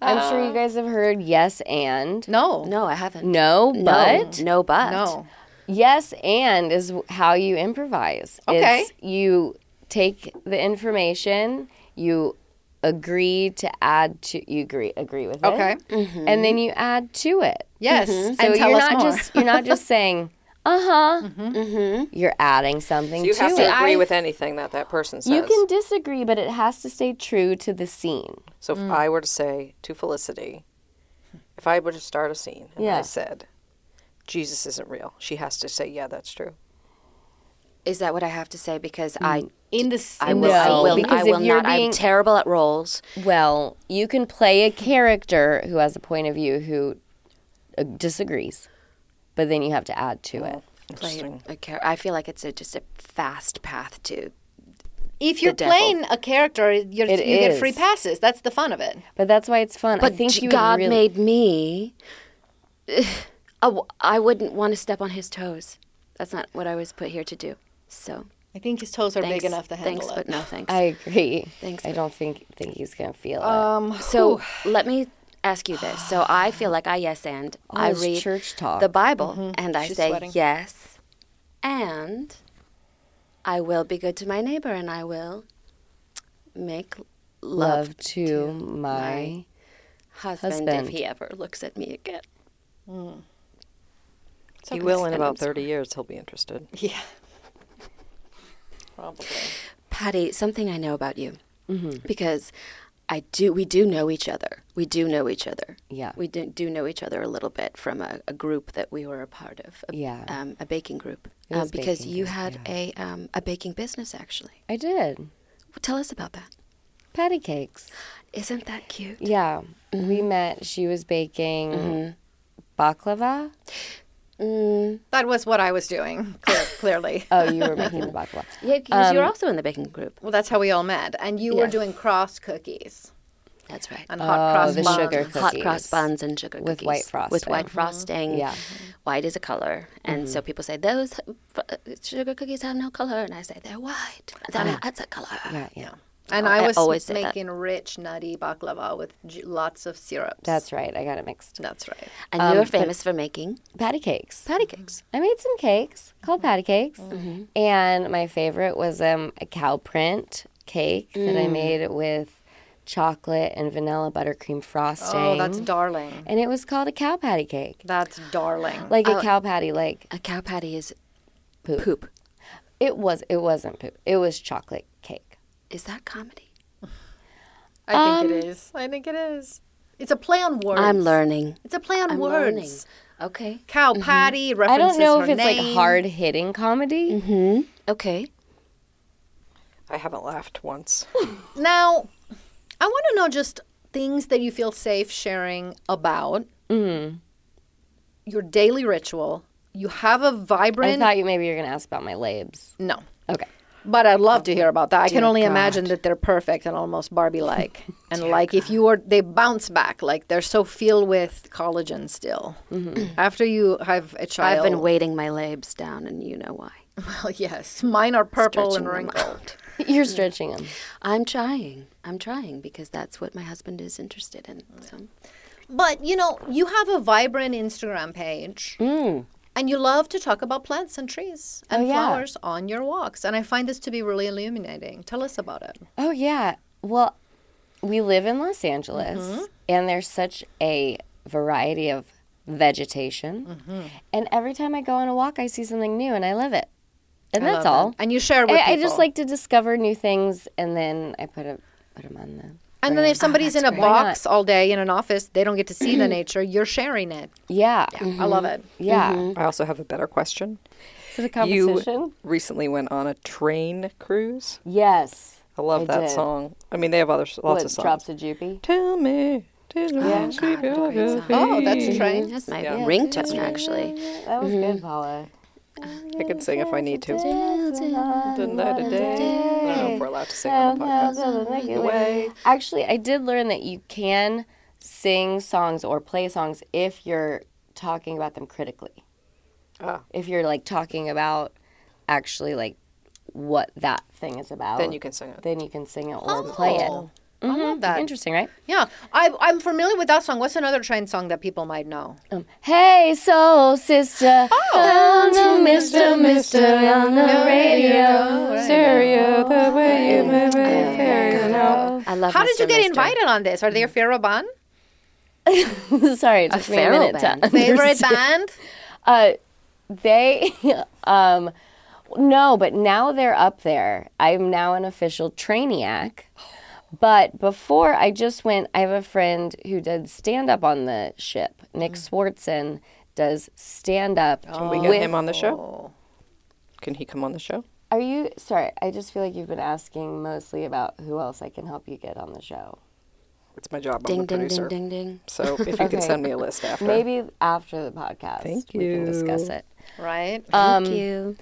[SPEAKER 4] I'm sure you guys have heard. Yes, and
[SPEAKER 3] no,
[SPEAKER 5] No, I haven't.
[SPEAKER 4] no, but
[SPEAKER 5] no, but
[SPEAKER 3] no.
[SPEAKER 4] yes, and is w- how you improvise.
[SPEAKER 3] Okay.
[SPEAKER 4] It's- you take the information you agree to add to you agree agree with
[SPEAKER 3] Okay. Mm-hmm.
[SPEAKER 4] it and then you add to it Mm-hmm.
[SPEAKER 3] Yes,
[SPEAKER 4] so
[SPEAKER 3] and tell
[SPEAKER 4] you're
[SPEAKER 3] us
[SPEAKER 4] not
[SPEAKER 3] more. Mm-hmm.
[SPEAKER 4] just you're not just saying uh-huh you're adding something
[SPEAKER 1] you
[SPEAKER 4] to
[SPEAKER 1] have
[SPEAKER 4] it
[SPEAKER 1] to agree with anything that that person says.
[SPEAKER 4] you can disagree but it has to stay true to the scene
[SPEAKER 1] So if I were to say to Felicity, if I were to start a scene and
[SPEAKER 4] Yeah.
[SPEAKER 1] I said, Jesus isn't real, she has to say, yeah, that's true.
[SPEAKER 5] Is that what I have to say? Because I,
[SPEAKER 3] in the s-
[SPEAKER 5] I
[SPEAKER 3] in
[SPEAKER 5] will,
[SPEAKER 3] the
[SPEAKER 5] I
[SPEAKER 4] No,
[SPEAKER 5] will,
[SPEAKER 4] because
[SPEAKER 5] I will
[SPEAKER 4] if you're
[SPEAKER 5] not.
[SPEAKER 4] being-
[SPEAKER 5] I'm terrible at roles.
[SPEAKER 4] Well, you can play a character who has a point of view who uh, disagrees, but then you have to add to it.
[SPEAKER 5] Play a char- I feel like it's a, just a fast path to.
[SPEAKER 3] if you're
[SPEAKER 5] the devil.
[SPEAKER 3] playing a character, you're,
[SPEAKER 4] It
[SPEAKER 3] you get free
[SPEAKER 4] is.
[SPEAKER 3] passes. That's the fun of it.
[SPEAKER 4] But that's why it's fun.
[SPEAKER 5] But
[SPEAKER 4] I think
[SPEAKER 5] G-
[SPEAKER 4] you would
[SPEAKER 5] God
[SPEAKER 4] really-
[SPEAKER 5] made me. I, w- I wouldn't want to step on his toes. That's not what I was put here to do. So
[SPEAKER 3] I think his toes are
[SPEAKER 5] thanks,
[SPEAKER 3] big enough to handle
[SPEAKER 5] thanks,
[SPEAKER 3] it.
[SPEAKER 5] but no thanks.
[SPEAKER 4] I agree.
[SPEAKER 5] Thanks.
[SPEAKER 4] I don't think think he's gonna feel it.
[SPEAKER 5] So let me ask you this. So I feel like I yes and I
[SPEAKER 4] this
[SPEAKER 5] read
[SPEAKER 4] church talk. Mm-hmm.
[SPEAKER 5] the Bible and I
[SPEAKER 3] She's
[SPEAKER 5] say
[SPEAKER 3] sweating.
[SPEAKER 5] yes and I will be good to my neighbor and I will make love,
[SPEAKER 4] Love to,
[SPEAKER 5] to
[SPEAKER 4] my.
[SPEAKER 5] husband, if
[SPEAKER 4] husband.
[SPEAKER 5] he ever looks at me again.
[SPEAKER 1] He will in about 30 years, he'll be interested.
[SPEAKER 3] Yeah. Probably.
[SPEAKER 5] Patty, something I know about you because I do we do know each other. We do know each other.
[SPEAKER 4] Yeah.
[SPEAKER 5] we do, do know each other a little bit from a, a group that we were a part of. A,
[SPEAKER 4] Yeah.
[SPEAKER 5] um, a baking group.
[SPEAKER 4] It
[SPEAKER 5] Um,
[SPEAKER 4] was
[SPEAKER 5] because
[SPEAKER 4] baking
[SPEAKER 5] you
[SPEAKER 4] group,
[SPEAKER 5] had a um, a baking business actually.
[SPEAKER 4] I did
[SPEAKER 5] Well, tell us about that.
[SPEAKER 4] patty cakes.
[SPEAKER 5] Isn't that cute?
[SPEAKER 4] Yeah, we met. She was baking baklava.
[SPEAKER 3] That was what I was doing, clear, clearly.
[SPEAKER 4] Oh, you were making the baklava.
[SPEAKER 5] Yeah, because you were also in the baking group.
[SPEAKER 3] Well, that's how we all met. And you were
[SPEAKER 4] Yes. Oh,
[SPEAKER 3] doing cross cookies
[SPEAKER 5] That's right.
[SPEAKER 3] and hot cross
[SPEAKER 4] the
[SPEAKER 3] buns.
[SPEAKER 4] sugar
[SPEAKER 5] Um, hot cross
[SPEAKER 4] cookies.
[SPEAKER 5] buns and sugar
[SPEAKER 4] With
[SPEAKER 5] cookies
[SPEAKER 4] white
[SPEAKER 5] With
[SPEAKER 4] frosting.
[SPEAKER 5] white frosting.
[SPEAKER 4] Yeah.
[SPEAKER 5] White is a color, and so people say those uh, sugar cookies have no color, and I say they're white. That- That's a color.
[SPEAKER 4] Yeah, yeah.
[SPEAKER 3] And
[SPEAKER 5] Oh,
[SPEAKER 3] I
[SPEAKER 5] I
[SPEAKER 3] was
[SPEAKER 5] always say that.
[SPEAKER 3] making rich, nutty baklava with j- lots of syrups.
[SPEAKER 4] That's right. I got it mixed.
[SPEAKER 3] That's right.
[SPEAKER 5] And you're famous for making
[SPEAKER 4] Patty cakes.
[SPEAKER 5] patty cakes.
[SPEAKER 4] I made some cakes called patty cakes, and my favorite was um, a cow print cake that I made with chocolate and vanilla buttercream frosting.
[SPEAKER 3] Oh, that's darling.
[SPEAKER 4] and it was called a cow patty cake,
[SPEAKER 3] That's darling.
[SPEAKER 4] like a cow patty. Like
[SPEAKER 5] A cow patty is
[SPEAKER 4] Poop.
[SPEAKER 5] poop.
[SPEAKER 4] it was. It wasn't poop. It was chocolate cake.
[SPEAKER 5] Is that comedy?
[SPEAKER 3] I think it
[SPEAKER 4] um,
[SPEAKER 3] is. I think it is. It's a play on words.
[SPEAKER 5] I'm learning.
[SPEAKER 3] It's a play on
[SPEAKER 5] I'm
[SPEAKER 3] words.
[SPEAKER 5] learning. Okay.
[SPEAKER 3] Cow patty
[SPEAKER 4] Mm-hmm. I
[SPEAKER 3] references
[SPEAKER 4] don't know if
[SPEAKER 3] her
[SPEAKER 4] it's like
[SPEAKER 3] name.
[SPEAKER 4] hard hitting comedy.
[SPEAKER 5] Okay.
[SPEAKER 1] I haven't laughed once.
[SPEAKER 3] Now, I want to know just things that you feel safe sharing about
[SPEAKER 5] Mm-hmm.
[SPEAKER 3] your daily ritual. You have a
[SPEAKER 4] I
[SPEAKER 3] vibrant.
[SPEAKER 4] thought you maybe you were gonna ask about my labes.
[SPEAKER 3] no.
[SPEAKER 4] Okay.
[SPEAKER 3] But I'd love to hear about that. I can
[SPEAKER 5] Dear
[SPEAKER 3] only
[SPEAKER 5] God.
[SPEAKER 3] imagine that they're perfect and almost Barbie like. and like if you were, they bounce back. Like they're so filled with collagen still. After you have a child.
[SPEAKER 5] Mm-hmm. I've been weighting my labes down, and you know why.
[SPEAKER 3] Well, yes. Mine are purple
[SPEAKER 5] Stretching
[SPEAKER 3] and
[SPEAKER 5] them
[SPEAKER 3] wrinkled.
[SPEAKER 4] You're stretching them.
[SPEAKER 5] I'm trying. I'm trying because that's what my husband is interested in. So
[SPEAKER 3] But you know, you have a vibrant Instagram page.
[SPEAKER 4] Mm.
[SPEAKER 3] And you love to talk about plants and trees
[SPEAKER 4] Oh,
[SPEAKER 3] and flowers on your walks. And I find this to be really illuminating. Tell us about it.
[SPEAKER 4] Oh yeah. Well, we live in Los Angeles, and there's such a variety of vegetation. And every time I go on a walk, I see something new, and I love it. And
[SPEAKER 3] I
[SPEAKER 4] that's
[SPEAKER 3] love
[SPEAKER 4] all.
[SPEAKER 3] it. And you share with
[SPEAKER 4] I, I
[SPEAKER 3] people.
[SPEAKER 4] just like to discover new things, and then I put a put them on the.
[SPEAKER 3] And then if somebody's in a
[SPEAKER 4] Why not?
[SPEAKER 3] box all day in an office, they don't get to see the nature. You're sharing it.
[SPEAKER 4] Yeah, Mm-hmm.
[SPEAKER 3] I love it.
[SPEAKER 4] yeah.
[SPEAKER 1] I also have a better question.
[SPEAKER 4] So the competition.
[SPEAKER 1] Mm-hmm. You recently went on a train cruise.
[SPEAKER 4] yes.
[SPEAKER 1] I love
[SPEAKER 4] I
[SPEAKER 1] that
[SPEAKER 4] did.
[SPEAKER 1] song. I mean, they have other s- lots
[SPEAKER 4] what
[SPEAKER 1] of songs.
[SPEAKER 4] drops a Jupy?
[SPEAKER 1] Tell me, tell me,
[SPEAKER 4] Yeah.
[SPEAKER 1] secret of
[SPEAKER 3] Oh,
[SPEAKER 1] me.
[SPEAKER 3] that's a train.
[SPEAKER 5] that's my
[SPEAKER 1] Yeah.
[SPEAKER 5] ringtone actually.
[SPEAKER 4] That was good, Paula.
[SPEAKER 1] I could sing if I need to. Didn't I today? I don't know if we're allowed to sing on the podcast.
[SPEAKER 4] Actually, I did learn that you can sing songs or play songs if you're talking about them critically.
[SPEAKER 1] Ah.
[SPEAKER 4] If you're like talking about actually like what that thing is about,
[SPEAKER 1] Then you can sing it.
[SPEAKER 4] then you can sing it or play it.
[SPEAKER 3] Oh, I
[SPEAKER 4] Mm-hmm.
[SPEAKER 3] love that.
[SPEAKER 4] Interesting, right?
[SPEAKER 3] Yeah, I, I'm familiar with that song. What's another train song that people might know?
[SPEAKER 4] Um, hey, soul sister, oh, no, Mister, Mister on the radio,
[SPEAKER 1] Stereo, the way you move it, stereo.
[SPEAKER 5] I love
[SPEAKER 3] How did
[SPEAKER 5] Mr.
[SPEAKER 3] you get
[SPEAKER 5] Mister.
[SPEAKER 3] invited on this? Are they your favorite band?
[SPEAKER 4] Sorry, it took me a
[SPEAKER 5] feral
[SPEAKER 4] minute
[SPEAKER 5] band.
[SPEAKER 4] to
[SPEAKER 3] Favorite
[SPEAKER 4] understand.
[SPEAKER 3] band?
[SPEAKER 4] Uh, they, um, no, but now they're up there. I'm now an official trainiac. But before I just went, I have a friend who did stand up on the ship. Nick Swartzen does stand up.
[SPEAKER 1] Mm. Oh. Can we get him on the show? Can he come on the show?
[SPEAKER 4] Are you sorry? I just feel like you've been asking mostly about who else I can help you get on the show.
[SPEAKER 1] It's my job. I'm
[SPEAKER 5] Ding
[SPEAKER 1] the
[SPEAKER 5] ding
[SPEAKER 1] producer.
[SPEAKER 5] ding ding ding.
[SPEAKER 1] So if you
[SPEAKER 4] Okay.
[SPEAKER 1] could send me a list after.
[SPEAKER 4] Maybe after the podcast,
[SPEAKER 1] Thank
[SPEAKER 4] we can discuss
[SPEAKER 1] you.
[SPEAKER 4] it.
[SPEAKER 3] Right?
[SPEAKER 4] Uh,
[SPEAKER 5] Thank you.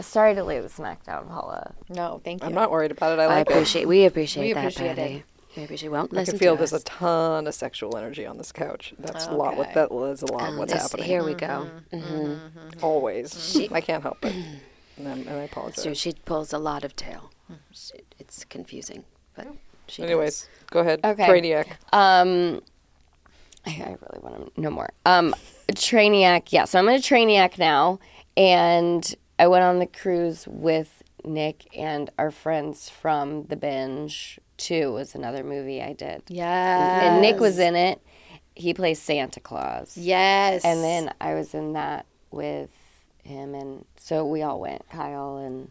[SPEAKER 4] Sorry to lay the smack down, Paula.
[SPEAKER 3] no, thank you.
[SPEAKER 1] I'm not worried about it. I
[SPEAKER 5] I
[SPEAKER 1] like it.
[SPEAKER 5] appreciate. We appreciate
[SPEAKER 3] We
[SPEAKER 5] that,
[SPEAKER 3] appreciate
[SPEAKER 5] Patty. We appreciate. Well,
[SPEAKER 1] I
[SPEAKER 5] listen
[SPEAKER 1] can feel
[SPEAKER 5] to
[SPEAKER 1] there's a
[SPEAKER 5] us.
[SPEAKER 1] ton of sexual energy on this couch. That's a lot. What that is a lot.
[SPEAKER 5] Um,
[SPEAKER 1] what's
[SPEAKER 5] this-
[SPEAKER 1] happening?
[SPEAKER 5] Here we go.
[SPEAKER 1] Always. I can't help it. And, I'm- and I apologize.
[SPEAKER 5] So she pulls a lot of tail. She- It's confusing, but she.
[SPEAKER 1] Oh. Anyways, go ahead.
[SPEAKER 4] Okay.
[SPEAKER 1] Brainiac.
[SPEAKER 4] Um, I, I really want to know more. Um, Trainiac, yeah. So I'm in a Trainiac now, and I went on the cruise with Nick and our friends from The Binge. Two was another movie I did,
[SPEAKER 3] Yes.
[SPEAKER 4] and Nick was in it. He plays Santa Claus,
[SPEAKER 3] Yes.
[SPEAKER 4] and then I was in that with him, and so we all went. Kyle and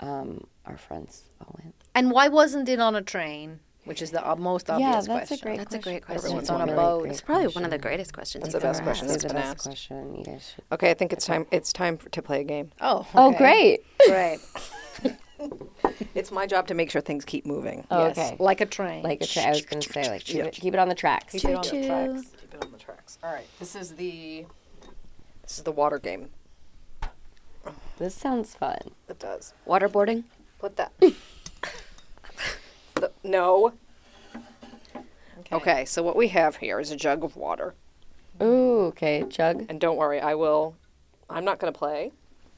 [SPEAKER 4] um, our friends all went.
[SPEAKER 3] And why wasn't it on a train? Which is the ob- most obvious
[SPEAKER 4] yeah, that's
[SPEAKER 3] question.
[SPEAKER 4] a great.
[SPEAKER 5] That's a
[SPEAKER 4] question.
[SPEAKER 5] great question.
[SPEAKER 3] Everyone's on a boat.
[SPEAKER 5] It's probably one of the greatest questions.
[SPEAKER 1] That's the
[SPEAKER 5] you've
[SPEAKER 1] best
[SPEAKER 5] ever
[SPEAKER 1] question
[SPEAKER 5] asked.
[SPEAKER 1] that's
[SPEAKER 4] It's the
[SPEAKER 1] been
[SPEAKER 4] best
[SPEAKER 1] asked.
[SPEAKER 4] question. You guys should.
[SPEAKER 1] Okay, I think it's time. It's time for, to play a game.
[SPEAKER 3] Oh, okay.
[SPEAKER 4] Oh, great.
[SPEAKER 3] Great.
[SPEAKER 1] It's my job to make sure things keep moving.
[SPEAKER 3] Yes,
[SPEAKER 4] okay.
[SPEAKER 3] Like a train.
[SPEAKER 4] Like a tra- I was going to say, like keep, it, keep it on the tracks.
[SPEAKER 1] Keep it on the tracks. Keep it on the tracks. All right. This is the. This is the water game.
[SPEAKER 4] This sounds fun.
[SPEAKER 1] It does.
[SPEAKER 5] Waterboarding.
[SPEAKER 1] Put that. The- no. Okay. so what we have here is a jug of water.
[SPEAKER 4] Ooh, okay, jug.
[SPEAKER 1] And don't worry, I will. I'm not going to play,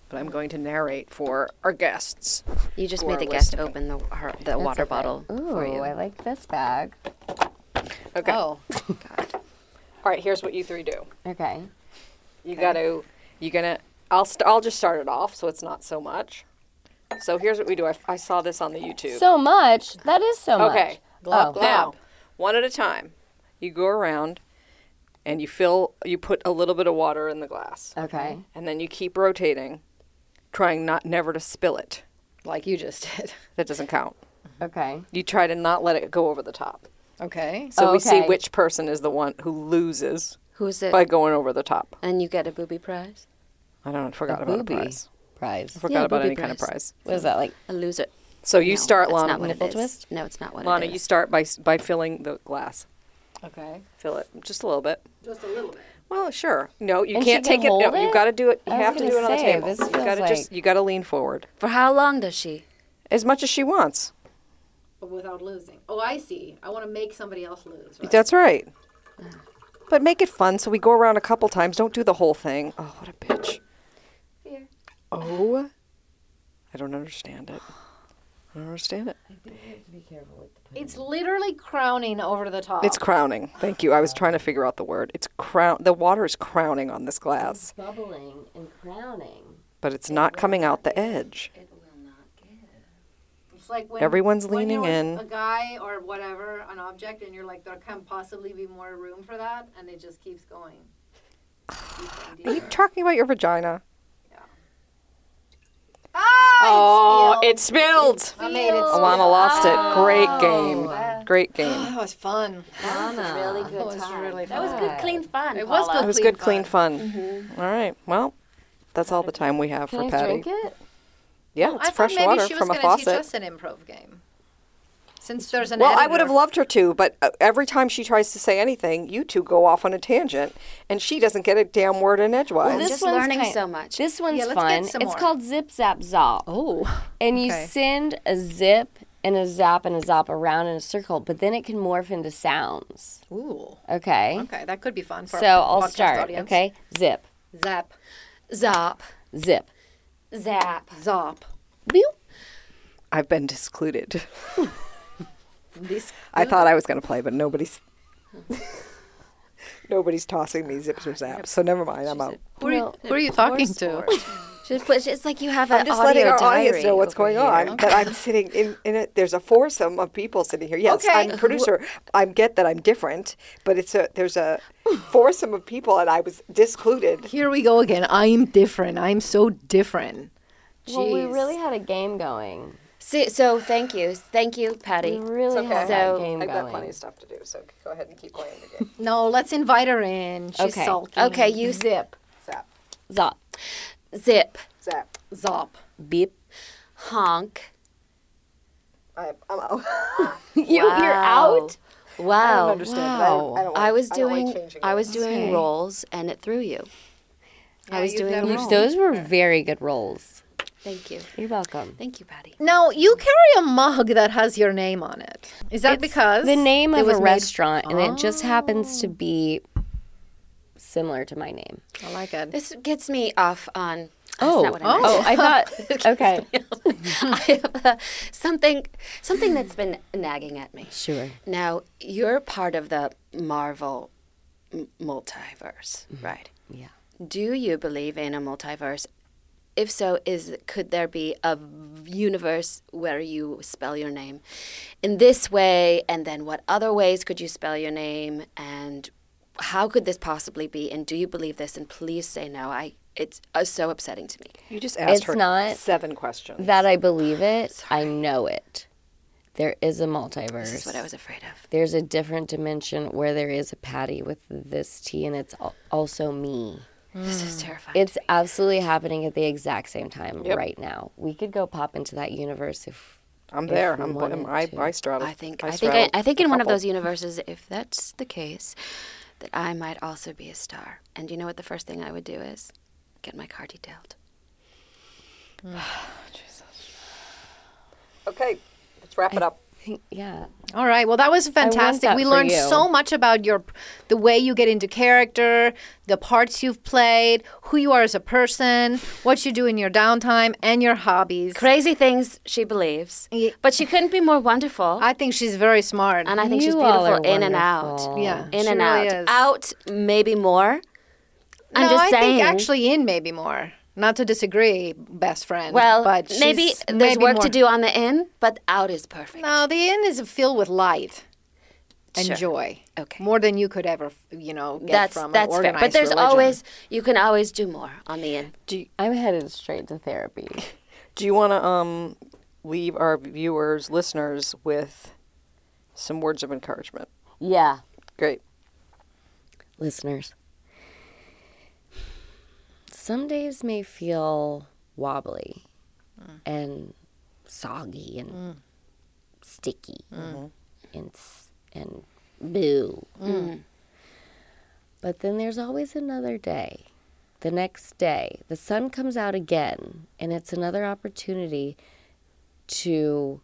[SPEAKER 1] but I'm going to narrate for our guests.
[SPEAKER 5] You just
[SPEAKER 1] Who
[SPEAKER 5] made
[SPEAKER 1] are
[SPEAKER 5] the guest
[SPEAKER 1] listening.
[SPEAKER 5] open the her, the water bottle
[SPEAKER 4] Ooh,
[SPEAKER 5] for you.
[SPEAKER 4] I like this bag.
[SPEAKER 1] Okay.
[SPEAKER 3] Oh,
[SPEAKER 1] All right, here's what you three do.
[SPEAKER 4] Okay.
[SPEAKER 1] You got to. You're going to. I'll, st- I'll just start it off so it's not so much. So here's what we do. I, I saw this on the YouTube.
[SPEAKER 4] So much. That is so much.
[SPEAKER 1] Okay.
[SPEAKER 4] Oh,
[SPEAKER 1] Now, one at a time, you go around and you fill, you put a little bit of water in the glass.
[SPEAKER 4] Okay.
[SPEAKER 1] And then you keep rotating, trying not never to spill it.
[SPEAKER 3] like you just did.
[SPEAKER 1] That doesn't count.
[SPEAKER 3] Mm-hmm.
[SPEAKER 4] Okay.
[SPEAKER 1] You try to not let it go over the top.
[SPEAKER 3] Okay.
[SPEAKER 1] So we see
[SPEAKER 4] Okay.
[SPEAKER 1] which person is the one who loses
[SPEAKER 5] Who is it?
[SPEAKER 1] by going over the top.
[SPEAKER 5] and you get a booby prize.
[SPEAKER 1] I don't forgot about a
[SPEAKER 4] Booby
[SPEAKER 1] prize.
[SPEAKER 4] prize.
[SPEAKER 1] I forgot
[SPEAKER 5] Yeah,
[SPEAKER 1] about
[SPEAKER 5] booby
[SPEAKER 1] any kind of
[SPEAKER 5] prize.
[SPEAKER 1] prize.
[SPEAKER 4] What is that like?
[SPEAKER 5] A loser.
[SPEAKER 1] So Oh, you
[SPEAKER 5] No,
[SPEAKER 1] start,
[SPEAKER 5] that's
[SPEAKER 1] Lana.
[SPEAKER 5] Not what it
[SPEAKER 4] nipple
[SPEAKER 5] is.
[SPEAKER 4] twist?
[SPEAKER 5] No, it's not what
[SPEAKER 1] Lana,
[SPEAKER 5] it is.
[SPEAKER 1] you start by s- by filling the glass.
[SPEAKER 3] Okay.
[SPEAKER 1] Fill it just a little bit. Just a little bit. Well, sure. No, you
[SPEAKER 4] And she
[SPEAKER 1] can't
[SPEAKER 4] can
[SPEAKER 1] take it.
[SPEAKER 4] hold
[SPEAKER 1] No,
[SPEAKER 4] it?
[SPEAKER 1] you got to do it. You
[SPEAKER 4] I was
[SPEAKER 1] have to
[SPEAKER 4] gonna
[SPEAKER 1] do it on the
[SPEAKER 4] say,
[SPEAKER 1] table.
[SPEAKER 4] this
[SPEAKER 1] you
[SPEAKER 4] feels
[SPEAKER 1] got to just
[SPEAKER 4] like-
[SPEAKER 1] you got to lean forward
[SPEAKER 5] For how long does she?
[SPEAKER 1] as much as she wants.
[SPEAKER 3] But without losing. Oh, I see. I want to make somebody else lose.
[SPEAKER 1] That's right. But make it fun so we go around a couple times. Don't do the whole thing. Oh, what a bitch. Oh. I don't understand it. I don't understand it.
[SPEAKER 3] It's literally crowning over the top.
[SPEAKER 1] It's crowning. Thank you. I was trying to figure out the word. It's crown. The water is crowning on this glass,
[SPEAKER 4] Bubbling and crowning.
[SPEAKER 1] but it's not coming out the edge.
[SPEAKER 3] It's like when
[SPEAKER 1] Everyone's
[SPEAKER 3] when
[SPEAKER 1] leaning
[SPEAKER 3] you're
[SPEAKER 1] in.
[SPEAKER 3] A guy or whatever, an object, and you're like, there can possibly be more room for that, and it just keeps going.
[SPEAKER 1] Are you talking about your vagina?
[SPEAKER 3] Ah,
[SPEAKER 1] Oh, it spilled.
[SPEAKER 3] I made it.
[SPEAKER 1] Alana lost it. Great game. Great game.
[SPEAKER 3] That was fun.
[SPEAKER 4] That was a really good
[SPEAKER 3] That was really fun.
[SPEAKER 2] That was good, clean fun.
[SPEAKER 3] It was
[SPEAKER 2] Paula.
[SPEAKER 1] It was
[SPEAKER 3] Clean
[SPEAKER 1] good, clean fun.
[SPEAKER 3] Mm-hmm.
[SPEAKER 1] All right. Well, that's all the time we have for
[SPEAKER 4] Can I
[SPEAKER 1] Patty.
[SPEAKER 4] drink it?
[SPEAKER 1] Yeah,
[SPEAKER 3] Oh, I
[SPEAKER 1] it's
[SPEAKER 3] thought
[SPEAKER 1] fresh
[SPEAKER 3] maybe
[SPEAKER 1] water
[SPEAKER 3] she was
[SPEAKER 1] from a
[SPEAKER 3] gonna
[SPEAKER 1] faucet.
[SPEAKER 3] teach us an improv game. Since there's an
[SPEAKER 1] Well, I
[SPEAKER 3] editor.
[SPEAKER 1] would have loved her to, but uh, every time she tries to say anything, you two go off on a tangent, and she doesn't get a damn word in edgewise.
[SPEAKER 5] I'm
[SPEAKER 4] This
[SPEAKER 5] just
[SPEAKER 4] one's
[SPEAKER 5] learning
[SPEAKER 4] kind-
[SPEAKER 5] so much.
[SPEAKER 4] This one's
[SPEAKER 3] let's get
[SPEAKER 4] fun.
[SPEAKER 3] some
[SPEAKER 4] It's
[SPEAKER 3] more.
[SPEAKER 4] called Zip Zap Zop.
[SPEAKER 5] Oh.
[SPEAKER 4] And you
[SPEAKER 3] Okay.
[SPEAKER 4] send a zip and a zap and a zop around in a circle, but then it can morph into sounds.
[SPEAKER 3] Ooh.
[SPEAKER 4] Okay.
[SPEAKER 3] Okay, that could be fun for
[SPEAKER 4] So
[SPEAKER 3] our
[SPEAKER 4] I'll
[SPEAKER 3] podcast
[SPEAKER 4] start.
[SPEAKER 3] audience.
[SPEAKER 4] Okay. Zip,
[SPEAKER 3] Zap.
[SPEAKER 5] Zop.
[SPEAKER 4] zip,
[SPEAKER 5] Zap.
[SPEAKER 3] Zop.
[SPEAKER 4] boop.
[SPEAKER 1] I've been discluded. I thought I was going to play, but nobody's nobody's tossing me zips or zaps. So never mind. I'm out.
[SPEAKER 3] Who are you, who are you talking to?
[SPEAKER 5] Just put- It's like you have an
[SPEAKER 1] I'm just
[SPEAKER 5] audio
[SPEAKER 1] letting our
[SPEAKER 5] diary
[SPEAKER 1] audience know what's
[SPEAKER 5] over
[SPEAKER 1] going
[SPEAKER 5] here.
[SPEAKER 1] on. That I'm sitting in, in it. There's a foursome of people sitting here. Yes,
[SPEAKER 3] Okay.
[SPEAKER 1] I'm a producer. I get that I'm different, but it's a there's a foursome of people, and I was discluded.
[SPEAKER 3] Here we go again. I'm different. I'm so different.
[SPEAKER 4] Well, we
[SPEAKER 3] Jeez.
[SPEAKER 4] really had a game going.
[SPEAKER 5] See, so thank you, thank you, Patty.
[SPEAKER 4] We really had
[SPEAKER 5] So-
[SPEAKER 4] a game
[SPEAKER 1] I've
[SPEAKER 4] going.
[SPEAKER 1] got plenty of stuff to do, so go ahead and keep playing the game.
[SPEAKER 3] No, let's invite her in. She's
[SPEAKER 4] Okay.
[SPEAKER 3] sulking.
[SPEAKER 5] Okay, you zip,
[SPEAKER 1] Zap,
[SPEAKER 4] Zop,
[SPEAKER 5] zip,
[SPEAKER 1] zap.
[SPEAKER 3] Zop.
[SPEAKER 4] beep.
[SPEAKER 5] honk.
[SPEAKER 1] I, I'm out.
[SPEAKER 4] you, You're out.
[SPEAKER 5] Wow.
[SPEAKER 1] I don't understand. I don't- I, don't like-
[SPEAKER 5] I was
[SPEAKER 1] I don't like
[SPEAKER 5] doing
[SPEAKER 1] changing
[SPEAKER 5] I
[SPEAKER 1] it.
[SPEAKER 5] was doing rolls and it threw you. I was
[SPEAKER 3] you've
[SPEAKER 5] doing
[SPEAKER 3] never-
[SPEAKER 5] rolls.
[SPEAKER 4] Those were very good rolls.
[SPEAKER 5] Thank you.
[SPEAKER 4] Oh, You're welcome.
[SPEAKER 5] Thank you, Patty.
[SPEAKER 3] Now you carry a mug that has your name on it. Is that because
[SPEAKER 4] the name
[SPEAKER 3] it
[SPEAKER 4] of
[SPEAKER 3] was
[SPEAKER 4] a
[SPEAKER 3] made-
[SPEAKER 4] restaurant, and it just happens to be similar to my name.
[SPEAKER 3] Oh, I like it.
[SPEAKER 5] This gets me off on that's not what I meant.
[SPEAKER 4] oh, I thought. Okay,
[SPEAKER 5] I have uh, something something that's been nagging at me.
[SPEAKER 4] sure.
[SPEAKER 5] Now, you're part of the Marvel m- multiverse, right?
[SPEAKER 4] Mm-hmm. Yeah.
[SPEAKER 5] Do you believe in a multiverse? If so, is could there be a v- universe where you spell your name in this way and then what other ways could you spell your name and how could this possibly be and do you believe this and please say no. I it's uh, so upsetting to me.
[SPEAKER 1] You just asked
[SPEAKER 4] It's
[SPEAKER 1] her
[SPEAKER 4] not-
[SPEAKER 1] seven questions.
[SPEAKER 4] That I believe it. I know it. There is a multiverse.
[SPEAKER 5] This is what I was afraid of.
[SPEAKER 4] There's a different dimension where there is a Patty with this T, and it's al- also me.
[SPEAKER 5] This is terrifying.
[SPEAKER 4] Mm. It's absolutely happening at the exact same time right now. We could go pop into that universe if
[SPEAKER 1] I'm there.
[SPEAKER 4] we
[SPEAKER 1] I'm,
[SPEAKER 4] wanted
[SPEAKER 1] I'm I,
[SPEAKER 4] to.
[SPEAKER 1] I straddle.
[SPEAKER 5] I think I, think I,
[SPEAKER 1] straddle
[SPEAKER 5] I think in
[SPEAKER 1] a
[SPEAKER 5] one of
[SPEAKER 1] couple.
[SPEAKER 5] those universes, if that's the case, that I might also be a star. And you know what the first thing I would do is get my car detailed.
[SPEAKER 1] Okay, let's wrap it up.
[SPEAKER 4] think, yeah.
[SPEAKER 3] All right. Well, that was fantastic.
[SPEAKER 4] that
[SPEAKER 3] we
[SPEAKER 4] for
[SPEAKER 3] learned
[SPEAKER 4] you.
[SPEAKER 3] so much about your the way you get into character, the parts you've played, who you are as a person, what you do in your downtime, and your hobbies.
[SPEAKER 5] Crazy things she believes, but she couldn't be more wonderful.
[SPEAKER 3] I think she's very smart.
[SPEAKER 5] and I think
[SPEAKER 4] You
[SPEAKER 5] she's
[SPEAKER 4] all
[SPEAKER 5] beautiful
[SPEAKER 4] are
[SPEAKER 5] in and out.
[SPEAKER 4] wonderful.
[SPEAKER 3] yeah,
[SPEAKER 5] In
[SPEAKER 3] she
[SPEAKER 5] and
[SPEAKER 3] really
[SPEAKER 5] out.
[SPEAKER 3] is.
[SPEAKER 5] Out maybe more. I'm
[SPEAKER 3] no,
[SPEAKER 5] just
[SPEAKER 3] I
[SPEAKER 5] saying.
[SPEAKER 3] think actually in maybe more. Not to disagree, best friend.
[SPEAKER 5] well,
[SPEAKER 3] but
[SPEAKER 5] maybe
[SPEAKER 3] she's
[SPEAKER 5] there's
[SPEAKER 3] maybe
[SPEAKER 5] work
[SPEAKER 3] more.
[SPEAKER 5] to do on the in, but out is perfect.
[SPEAKER 3] No, Uh, the inn is filled with light and joy.
[SPEAKER 5] Okay.
[SPEAKER 3] More than you could ever, you know, get
[SPEAKER 5] that's
[SPEAKER 3] from
[SPEAKER 5] that's
[SPEAKER 3] an
[SPEAKER 5] fair.
[SPEAKER 3] organized
[SPEAKER 5] But there's
[SPEAKER 3] religion.
[SPEAKER 5] always you can always do more on the in.
[SPEAKER 4] I'm headed straight to therapy.
[SPEAKER 1] Do you want to um leave our viewers, listeners, with some words of encouragement?
[SPEAKER 4] yeah.
[SPEAKER 1] Great.
[SPEAKER 4] listeners. Some days may feel wobbly and soggy and sticky and s- and boo. Mm. But then there's always another day. The next day, the sun comes out again, and it's another opportunity to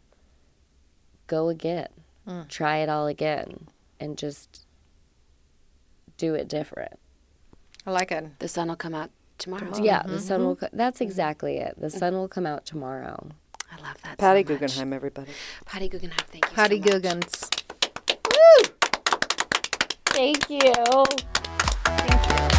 [SPEAKER 4] go again, try it all again, and just do it different.
[SPEAKER 3] I like it.
[SPEAKER 5] The sun will come out tomorrow.
[SPEAKER 4] Yeah, the sun will. Co- that's exactly it. The sun will come out tomorrow.
[SPEAKER 5] I love love that. so
[SPEAKER 6] Patty
[SPEAKER 5] much.
[SPEAKER 6] Guggenheim, everybody.
[SPEAKER 5] Patty Guggenheim. Thank you.
[SPEAKER 3] Patty
[SPEAKER 5] so much.
[SPEAKER 3] Guggins.
[SPEAKER 4] Thank you.